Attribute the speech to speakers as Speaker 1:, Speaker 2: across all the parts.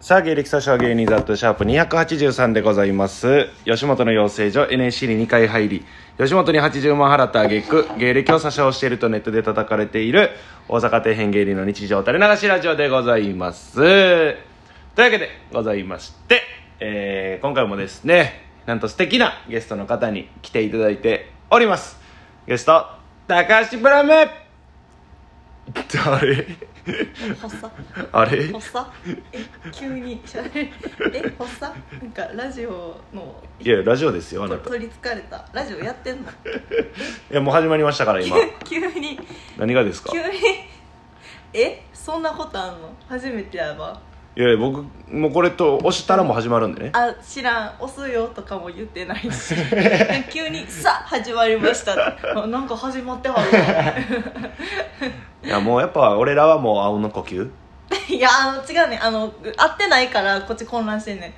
Speaker 1: さあ芸歴詐称芸人ザットシャープ283でございます吉本の養成所 NSC に2回入り吉本に80万払った挙句芸歴を詐称しているとネットで叩かれている大阪底辺芸人の日常垂れ流しラジオでございますというわけでございまして、えー今回もですねなんと素敵なゲストの方に来ていただいておりますゲスト高橋ブラム あれ
Speaker 2: 発作
Speaker 1: あれ
Speaker 2: 発作え急にしゃべる え発作なんかラジオの
Speaker 1: いやラジオですよあなた
Speaker 2: 取りつかれたラジオやってんの
Speaker 1: いやもう始まりましたから今
Speaker 2: 急に
Speaker 1: 何がですか
Speaker 2: 急にえそんなことあんの初めてやば
Speaker 1: いや僕もうこれと押したらもう始まるんでね
Speaker 2: あ知らん押すよとかも言ってない し急に「さあ始まりました」あなんか始まってはる
Speaker 1: いやもうやっぱ俺らはもう青の呼吸
Speaker 2: わ いやあの違うねあの合ってないからこっち混乱してんね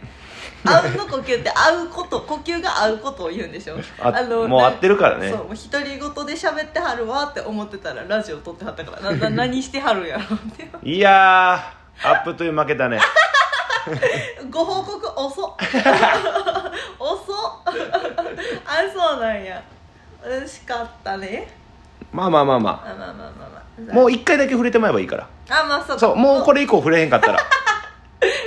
Speaker 2: ん合うの呼吸って合うこと呼吸が合うことを言うんでしょ
Speaker 1: あもう合ってるからね
Speaker 2: そうもう独り言で喋ってはるわって思ってたらラジオ撮ってはったからなな何してはるんやろって
Speaker 1: いやーアップという負けたね
Speaker 2: ご報告遅っ 遅っあそうなんや嬉しかったね
Speaker 1: まあまあまあま
Speaker 2: あまあまあまあ
Speaker 1: あ
Speaker 2: まあ
Speaker 1: も
Speaker 2: う
Speaker 1: う一回だけ触れてまえばいいから
Speaker 2: あまあそうか
Speaker 1: そうもうこれ以降触れへんかったら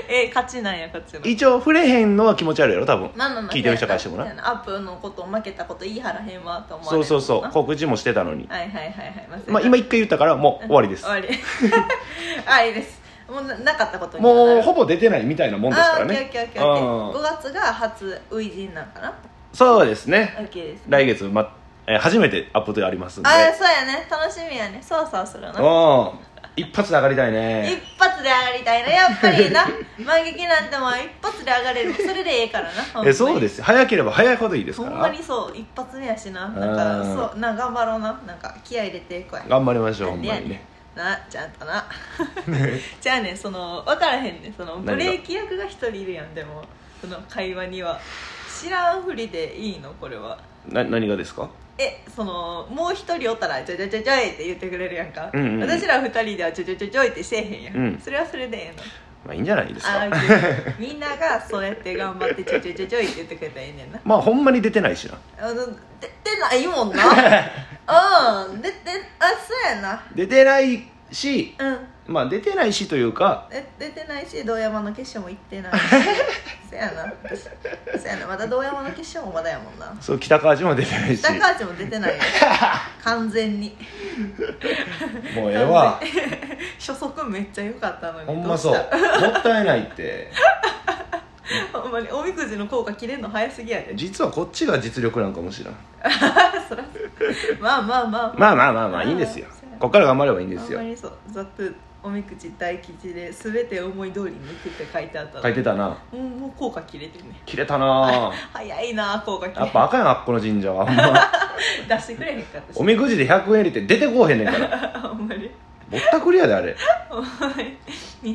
Speaker 2: え勝ちなんや勝ちなん
Speaker 1: 一応触れへんのは気持ち悪いやろ多分
Speaker 2: まあまあまあ
Speaker 1: 聞いてる人からしても
Speaker 2: せ
Speaker 1: な
Speaker 2: やアップのこと負けたこと言いはらへんわと思われ
Speaker 1: そう
Speaker 2: る
Speaker 1: そうそう
Speaker 2: は
Speaker 1: 告知もしてたのに
Speaker 2: いはいはいはいまあせや
Speaker 1: まあ今一回言ったからもう終わりです
Speaker 2: 終わり あいいですもうななかったことにはなる
Speaker 1: もうほぼ出てないみたいなもんですから
Speaker 2: あーオッ
Speaker 1: ね
Speaker 2: ケーオッケーオッケーオッケー
Speaker 1: う
Speaker 2: 5
Speaker 1: ん
Speaker 2: 月が初初陣なんかな
Speaker 1: そうですね
Speaker 2: オッケーです、ね、
Speaker 1: 来月、まえー初めてアップでありますんで
Speaker 2: あーそうやね楽しみやねそうそうするな
Speaker 1: うん一発で上がりたいね
Speaker 2: 一発で上がりたいなやっぱりな 万劇なんてもう一発で上がれるそれでええからなほんまに
Speaker 1: えそうですよ早ければ早いほどいいです
Speaker 2: ほ
Speaker 1: か
Speaker 2: んま
Speaker 1: ら
Speaker 2: にそう一発目やしななんか
Speaker 1: うん
Speaker 2: そうな頑張ろうななんか気合い入れていこうや
Speaker 1: 頑張りましょう
Speaker 2: な
Speaker 1: ほ
Speaker 2: ん
Speaker 1: ん
Speaker 2: で
Speaker 1: ま
Speaker 2: やね
Speaker 1: にね
Speaker 2: んなちゃんとな じゃあねその分からへんねその
Speaker 1: 何が
Speaker 2: ブレーキ役が一人いるやんでもその会話には知らんふりでいいのこれは
Speaker 1: な何がですか
Speaker 2: えそのもう一人おったら「ちょいちょいちょいちょい」って言ってくれるやんか、
Speaker 1: うんうんうん
Speaker 2: 私ら二人では「ちょいちょいちょいちょい」ってせえへんやん、
Speaker 1: うん
Speaker 2: それはそれでええの
Speaker 1: まあいいんじゃないです
Speaker 2: あ
Speaker 1: か
Speaker 2: オッケーみんながそうやって頑張って「ちょいちょいちょいちょい」って言ってくれたらええねんな
Speaker 1: まあほんまに出てないしな
Speaker 2: あの出てないも んなうん出てあそうやな
Speaker 1: 出てないし
Speaker 2: うん
Speaker 1: まあ出てないしというか
Speaker 2: え出てないし堂山の決勝も行ってない そやなそやなまだ堂山の決勝もまだやも んな
Speaker 1: そう北川氏も出てないし
Speaker 2: 北川内も出てないよ 完全に
Speaker 1: もうええわ
Speaker 2: 初速めっちゃ良かったのに
Speaker 1: ほんま
Speaker 2: ど
Speaker 1: そう
Speaker 2: う
Speaker 1: も
Speaker 2: し
Speaker 1: ったいないって
Speaker 2: たほんまにおみくじの効果切れんの早すぎやで
Speaker 1: 実はこっちが実力なんかもしれん
Speaker 2: そらまあまあまあ
Speaker 1: まあまあまあまあいいんですよこっから頑張ればいいんですよ
Speaker 2: あんまりそうざっとおみくじ大吉で全て思い通りに行くって書いてあったの
Speaker 1: 書いてたな
Speaker 2: もうもう効果切れてるね
Speaker 1: 切れたな
Speaker 2: 早いな効果切
Speaker 1: や
Speaker 2: れ
Speaker 1: っぱあかんやんあっこの神社はほんま
Speaker 2: 出してくれへんかったし
Speaker 1: おみくじで100円入れて出てこうへんねんから
Speaker 2: あんまり
Speaker 1: ぼったくりやであれ
Speaker 2: お前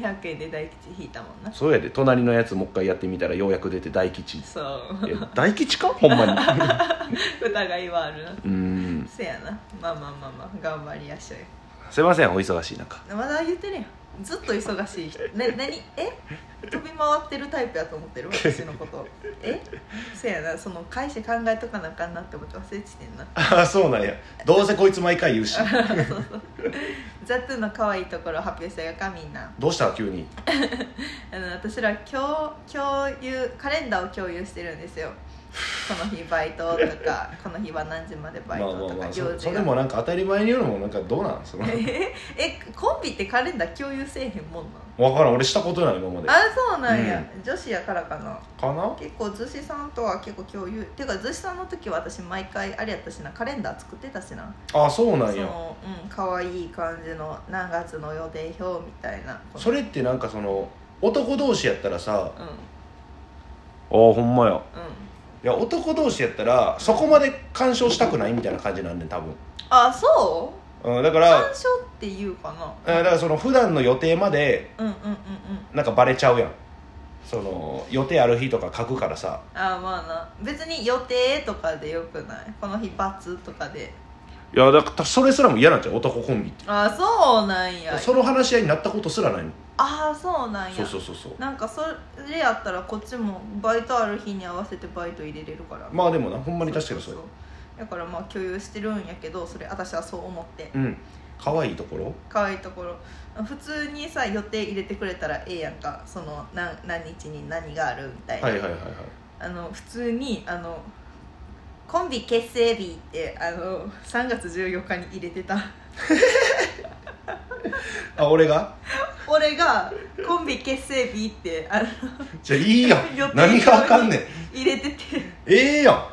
Speaker 2: 200円 で大吉引いたもんな
Speaker 1: そうやで隣のやつもう一回やってみたらようやく出て大吉
Speaker 2: そう
Speaker 1: え大吉かほんまにう
Speaker 2: 疑いはあるな
Speaker 1: ーん
Speaker 2: せやなまあまあまあまあ頑張りやしょうよ
Speaker 1: すいませんお忙しい中
Speaker 2: まだ言ってるやんずっと忙しい人ね何え飛び回ってるタイプやと思ってる私のことえせやなその会社考えとかなあかんなって思って忘れててんな
Speaker 1: ああそうなんやどうせこいつ毎回言うし
Speaker 2: そうそうザトゥの可愛いところ発表したやかみんな
Speaker 1: どうした急に
Speaker 2: あの私ら共共有カレンダーを共有してるんですよこの日バイトとか この日は何時までバイトとか、行事が
Speaker 1: なんか当たり前に言うのもなんかどうなんその
Speaker 2: ええコンビってカレンダー共有せえへんもんなの
Speaker 1: 分からん俺したことない今まで
Speaker 2: あそうなんや、女子やからかな
Speaker 1: かな
Speaker 2: 結構逗子さんとは結構共有てか逗子さんの時は私毎回あれやったしなカレンダー作ってたしな
Speaker 1: ああそうな
Speaker 2: そ
Speaker 1: んや
Speaker 2: のうん可愛い感じの何月の予定表みたいな
Speaker 1: それってなんかその男同士やったらさ
Speaker 2: うんうん
Speaker 1: あほんまやいや男同士やったらそこまで干渉したくないみたいな感じなんねん多分、
Speaker 2: あそう
Speaker 1: うん、だか
Speaker 2: 干
Speaker 1: ら
Speaker 2: 渉っていうか
Speaker 1: うん
Speaker 2: な
Speaker 1: だからその普段の予定まで
Speaker 2: うんうんうんうん
Speaker 1: なんかバレちゃうやんその予定ある日とか書くからさ
Speaker 2: あまあな別に予定とかでよくないこの日罰とかで
Speaker 1: いやだからそれすらも嫌なんちゃう男コンビって
Speaker 2: あそうなんや
Speaker 1: その話し合いになったことすらないの
Speaker 2: ああそうなんや
Speaker 1: そうそうそうそう
Speaker 2: なんかそれやったらこっちもバイトある日に合わせてバイト入れれるから
Speaker 1: まあでもなほんまに確かにそれ
Speaker 2: ううだからまあ共有してるんやけどそれ私はそう思って
Speaker 1: うん可愛いところ
Speaker 2: 可愛いところ普通にさ予定入れてくれたらええやんかその何何日に何があるみたいな、
Speaker 1: はいはいはいはい
Speaker 2: あの普通にあのコンビ結成日ってあの3月14日に入れてた
Speaker 1: あ俺が
Speaker 2: 俺がコンビ結成日ってあの
Speaker 1: じゃあいいや
Speaker 2: 予定
Speaker 1: ん何がわかんねん
Speaker 2: 入れてて
Speaker 1: ええやん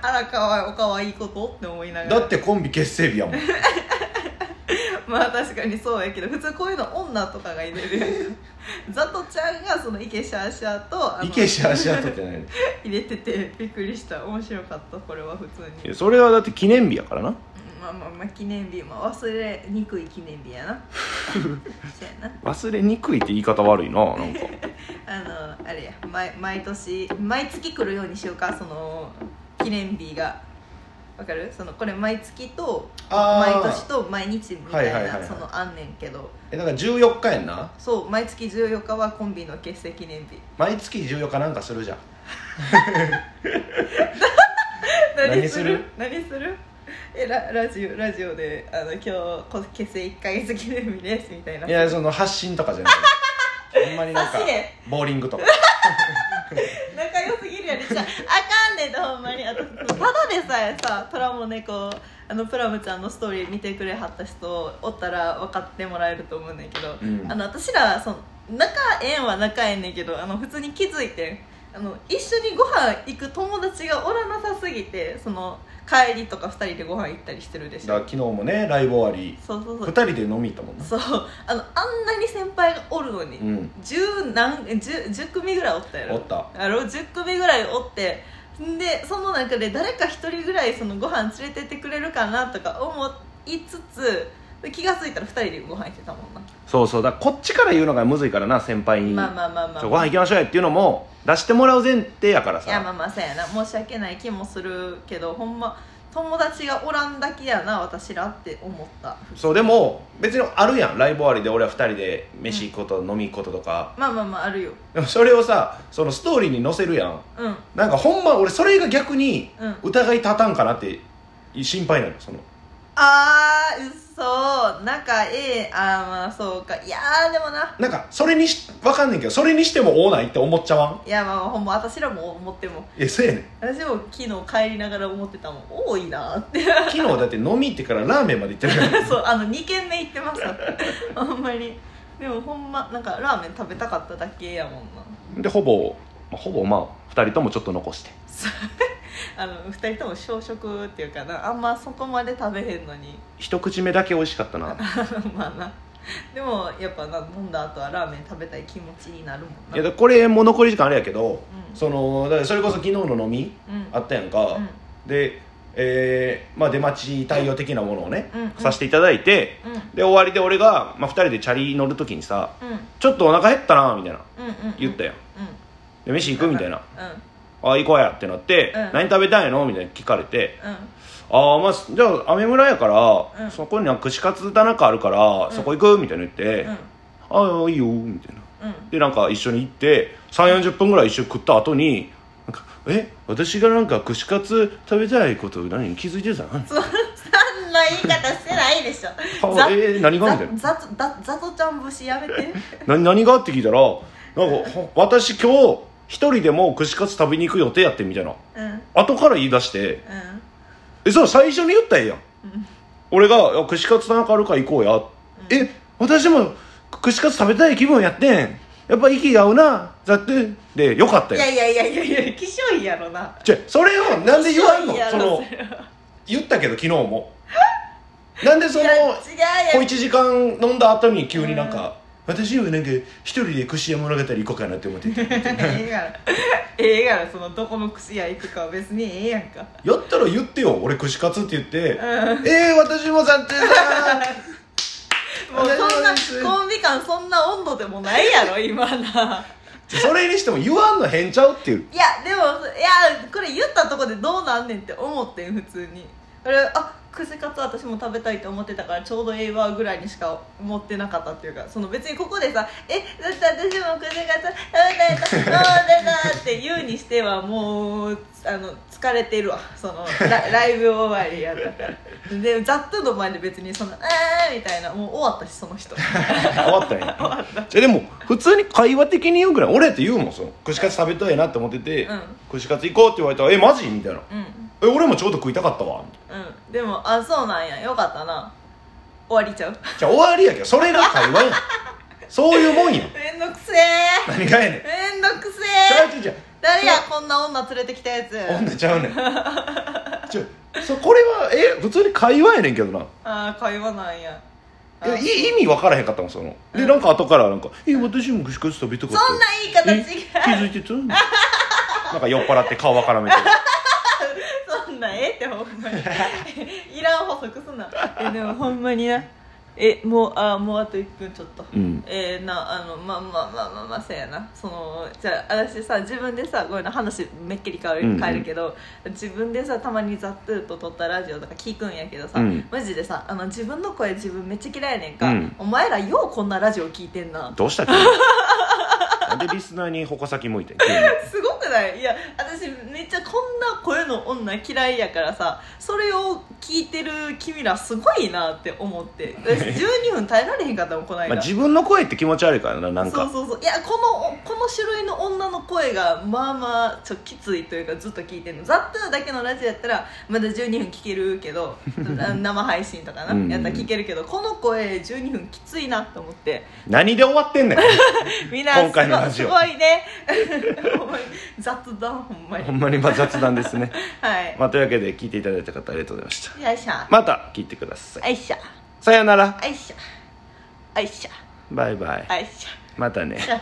Speaker 2: あらかわいおかわいいことって思いながら
Speaker 1: だってコンビ結成日やもん
Speaker 2: まあ確かにそうやけど普通こういうの女とかが入れるやんかザトちゃんがそのイケシャーシャーとあの
Speaker 1: いけしゃあしゃとってない ね
Speaker 2: 入れててびっくりした面白かったこれは普通に
Speaker 1: いやそれはだって記念日やからな
Speaker 2: うんまあまあまあ記念日、まあ、忘れにくい記念日やなそうやな
Speaker 1: 忘れにくいって言い方悪いななんか
Speaker 2: あのあれや毎毎年毎月来るようにしようかその記念日がわかるそのこれ毎月と毎年と毎日みたいな、
Speaker 1: はいはいはいはい
Speaker 2: そのあんねんけど
Speaker 1: えだから14日やんな
Speaker 2: そう毎月14日はコンビの結成記念 日
Speaker 1: 毎月14日なんかするじゃん何
Speaker 2: 何
Speaker 1: す
Speaker 2: す
Speaker 1: る
Speaker 2: る何するえララジオラジオであの今日こ結成1か月記念日ですみたいない
Speaker 1: やその発信とかじゃない ほんまになんか
Speaker 2: 差し絵
Speaker 1: ボーリングとか
Speaker 2: 仲良すぎるやりちゃあかんねんてほんまにあとただでさえさトラも猫あのプラムちゃんのストーリー見てくれはった人おったら分かってもらえると思うねんけど、
Speaker 1: うん
Speaker 2: あの私らその仲ええんは仲ええねんけどあの普通に気づいてんあの一緒にご飯行く友達がおらなさすぎてその帰りとか2人でご飯行ったりしてるで
Speaker 1: だ
Speaker 2: し
Speaker 1: から
Speaker 2: ょ
Speaker 1: 昨日もねライブ終わり
Speaker 2: そうそうそ
Speaker 1: 2
Speaker 2: う
Speaker 1: 人で飲み行ったもんな
Speaker 2: そうあのあんなに先輩がおるのに、
Speaker 1: うん
Speaker 2: 10何え 10, 10組ぐらいおったやろ
Speaker 1: おった
Speaker 2: あの10組ぐらいおってんでその中で誰か1人ぐらいそのご飯連れてってくれるかなとか思いつつで気が付いたら2人でご飯行ってたもんな、
Speaker 1: そうそうだからこっちから言うのがむずいからな先輩に、
Speaker 2: まあまあまあまあ
Speaker 1: ちょご飯行きましょうよっていうのも出してもらう前提やから
Speaker 2: いやま
Speaker 1: さ
Speaker 2: あまあそうやな申し訳ない気もするけどほんま友達がおらんだけやな私らって思った
Speaker 1: そうでも別にあるやんライブ終わりで俺は2人で飯行くこと、飲み行くこととか
Speaker 2: まあまあまああるよ
Speaker 1: でもそれをさそのストーリーに載せるやん
Speaker 2: うん
Speaker 1: なんかほんま俺それが逆に
Speaker 2: うん
Speaker 1: 疑い立たんかなって心配なのその
Speaker 2: あーうそ仲ええあーまあそうかいやーでもな
Speaker 1: なんかそれにしわかんねんけどそれにしてもおないって思っちゃわん
Speaker 2: いやまあほんま私らも思っても
Speaker 1: えそうやねん
Speaker 2: 私も昨日帰りながら思ってたもん多いなーって
Speaker 1: 昨日だって飲み行ってからラーメンまで行ってるから
Speaker 2: そうあの2軒目行ってました ほんまにでもほんまなんかラーメン食べたかっただけやもん な
Speaker 1: でほぼまあほぼまあ2人ともちょっと残して
Speaker 2: あの2人とも小食っていうかなあんまそこまで食べへんのに
Speaker 1: 一口目だけ美味しかったな
Speaker 2: まあなでもやっぱな飲んだ後はラーメン食べたい気持ちになるもん
Speaker 1: や
Speaker 2: ない
Speaker 1: だからこれもう残り時間あれやけど、
Speaker 2: うん
Speaker 1: そのだからそれこそ昨日の飲み
Speaker 2: うん
Speaker 1: あったやんか、
Speaker 2: うん
Speaker 1: で、えーまあ、出待ち対応的なものをね、
Speaker 2: うん
Speaker 1: させていただいて
Speaker 2: うん
Speaker 1: で終わりで俺が、まあ、2人でチャリ乗る時にさ
Speaker 2: うん
Speaker 1: 「ちょっとお腹減ったな」みたいな
Speaker 2: うんうん
Speaker 1: 言ったやん
Speaker 2: うん
Speaker 1: 「で飯行く?」みたいな
Speaker 2: うん
Speaker 1: 「あ行こうや」ってなって「
Speaker 2: うん
Speaker 1: 何食べたいの?」みたいな聞かれて
Speaker 2: うん
Speaker 1: ああまあすじゃあ雨村やから、
Speaker 2: うん
Speaker 1: そこには串カツ田中あるから、
Speaker 2: うん
Speaker 1: そこ行くみたいな言って「
Speaker 2: うん
Speaker 1: ああいいよ」みたいな
Speaker 2: うん
Speaker 1: でなんか一緒に行って3 4 0分ぐらい一緒に食った後になんかえ私がなんか串カツ食べたいこと何気づいて たの
Speaker 2: そそんな言い方してないでしょ
Speaker 1: あえー何がみたいな
Speaker 2: ざざざざとちゃん節やめて
Speaker 1: 何何がって聞いたらなんかほ私今日一人でも串カツ食べに行く予定やってんみたいな
Speaker 2: うんうん
Speaker 1: 後から言い出してえそう最初に言ったらええやん
Speaker 2: うん
Speaker 1: 俺がいや「串カツ田中あるから行こうや」え私も串カツ食べたい気分やってんやっぱ息が合うなだってでよかった
Speaker 2: い
Speaker 1: よ
Speaker 2: やいやいやいやいやきしょいやろな
Speaker 1: じゃそれをなんで言わんの
Speaker 2: きしょいや
Speaker 1: そ
Speaker 2: ろ
Speaker 1: の言ったけど昨日 もなんでその
Speaker 2: いや違
Speaker 1: 小1
Speaker 2: うや
Speaker 1: 時間飲んだ後に急になんか、私はなんか一人で串屋物語行こうかなって思って て
Speaker 2: ええからええからそのどこの串屋行くかは別にええやんか
Speaker 1: やったら言ってよ俺串カツって言って、
Speaker 2: うん
Speaker 1: えー、私もだってさ
Speaker 2: もう そんな
Speaker 1: 私もです
Speaker 2: コンビ感そんな温度でもないやろ今な
Speaker 1: それにしても言わんの変ちゃうっていう
Speaker 2: いやでもいやこれ言ったとこでどうなんねんって思ってん普通にこれあ串カツ私も食べたいと思ってたからちょうどええわぐらいにしか思ってなかったっていうかその別にここでさ「えだって私も串カツ食べたいと思ってた」って言うにしてはもうあの疲れてるわそのラライブ終わりやったからでざっとの前で別にその「あー」みたいなもう終わったしその人
Speaker 1: 終わったんやじゃでも普通に会話的に言うぐらい俺やって言うもんその串カツ食べたいなって思ってて、
Speaker 2: うん
Speaker 1: 串カツ行こうって言われたら「えマジ?」みたいな
Speaker 2: うん
Speaker 1: 「え俺もちょうど食いたかったわ」
Speaker 2: うんでもあそうなんやよかったな終わりちゃう
Speaker 1: じゃあ終わりやけどそれが会話やんそういうもんやん
Speaker 2: めんどくせえ
Speaker 1: 何がやねんち
Speaker 2: めんどくせ
Speaker 1: ゃう
Speaker 2: え
Speaker 1: ちゃうちゃう
Speaker 2: 誰やこんな女連れてきたやつ
Speaker 1: 女ちゃうねんちょそこれはえ普通に会話やねんけどな
Speaker 2: ああ会話なんやあ
Speaker 1: えい意味分からへんかったもんそのでなんか後からなんか「え私も串カツ食べたかった
Speaker 2: そんな言い方違う
Speaker 1: え気づいてたなんか酔っ払って顔わから めてる
Speaker 2: そんなええってほんまに いらん補足すんなえでもほんまになえもうあーもうあと1分ちょっと、
Speaker 1: うん
Speaker 2: えーなあのまあまあまあまあまあせやなそのじゃあ私さ自分でさごめんな話めっきり変わ
Speaker 1: うんう
Speaker 2: る
Speaker 1: ん
Speaker 2: 変えるけど、自分でさたまに「ザットゥーと撮ったラジオとか聞くんやけどさ、
Speaker 1: うん
Speaker 2: マジでさあの自分の声自分めっちゃ嫌いやねんか、
Speaker 1: うん
Speaker 2: お前らようこんなラジオ聞いてんな
Speaker 1: どうしたっけなんでリスナーに矛先向いてん急に
Speaker 2: すごくないいや私めっちゃこんな声の女嫌いやからさそれを聞いてる君らすごいなって思って私12分 耐えられへんかったもんこの間、
Speaker 1: まあ、自分の声って気持ち悪いからななん
Speaker 2: そ
Speaker 1: か
Speaker 2: うそうそういやこのこの種類の女の声がまあまあちょっときついというかずっと聞いてるの「ザットゥーだけのラジオやったらまだ12分聞ける けどあ生配信とかな
Speaker 1: うん
Speaker 2: やったら聞けるけどこの声12分きついなと思って
Speaker 1: 何で終わってんねん
Speaker 2: みんなすご
Speaker 1: 今回のラジ
Speaker 2: す
Speaker 1: オ
Speaker 2: ごいね ほんまに雑談ほんまに
Speaker 1: ほんまにまあ雑談ですね、
Speaker 2: はい
Speaker 1: まあ、というわけで聞いていただいた方ありがとうございました
Speaker 2: よいしょ
Speaker 1: また聞いてください
Speaker 2: よいしょ
Speaker 1: さよなら
Speaker 2: よいしょよいし
Speaker 1: バイバイ
Speaker 2: ょよいし
Speaker 1: またね
Speaker 2: ょ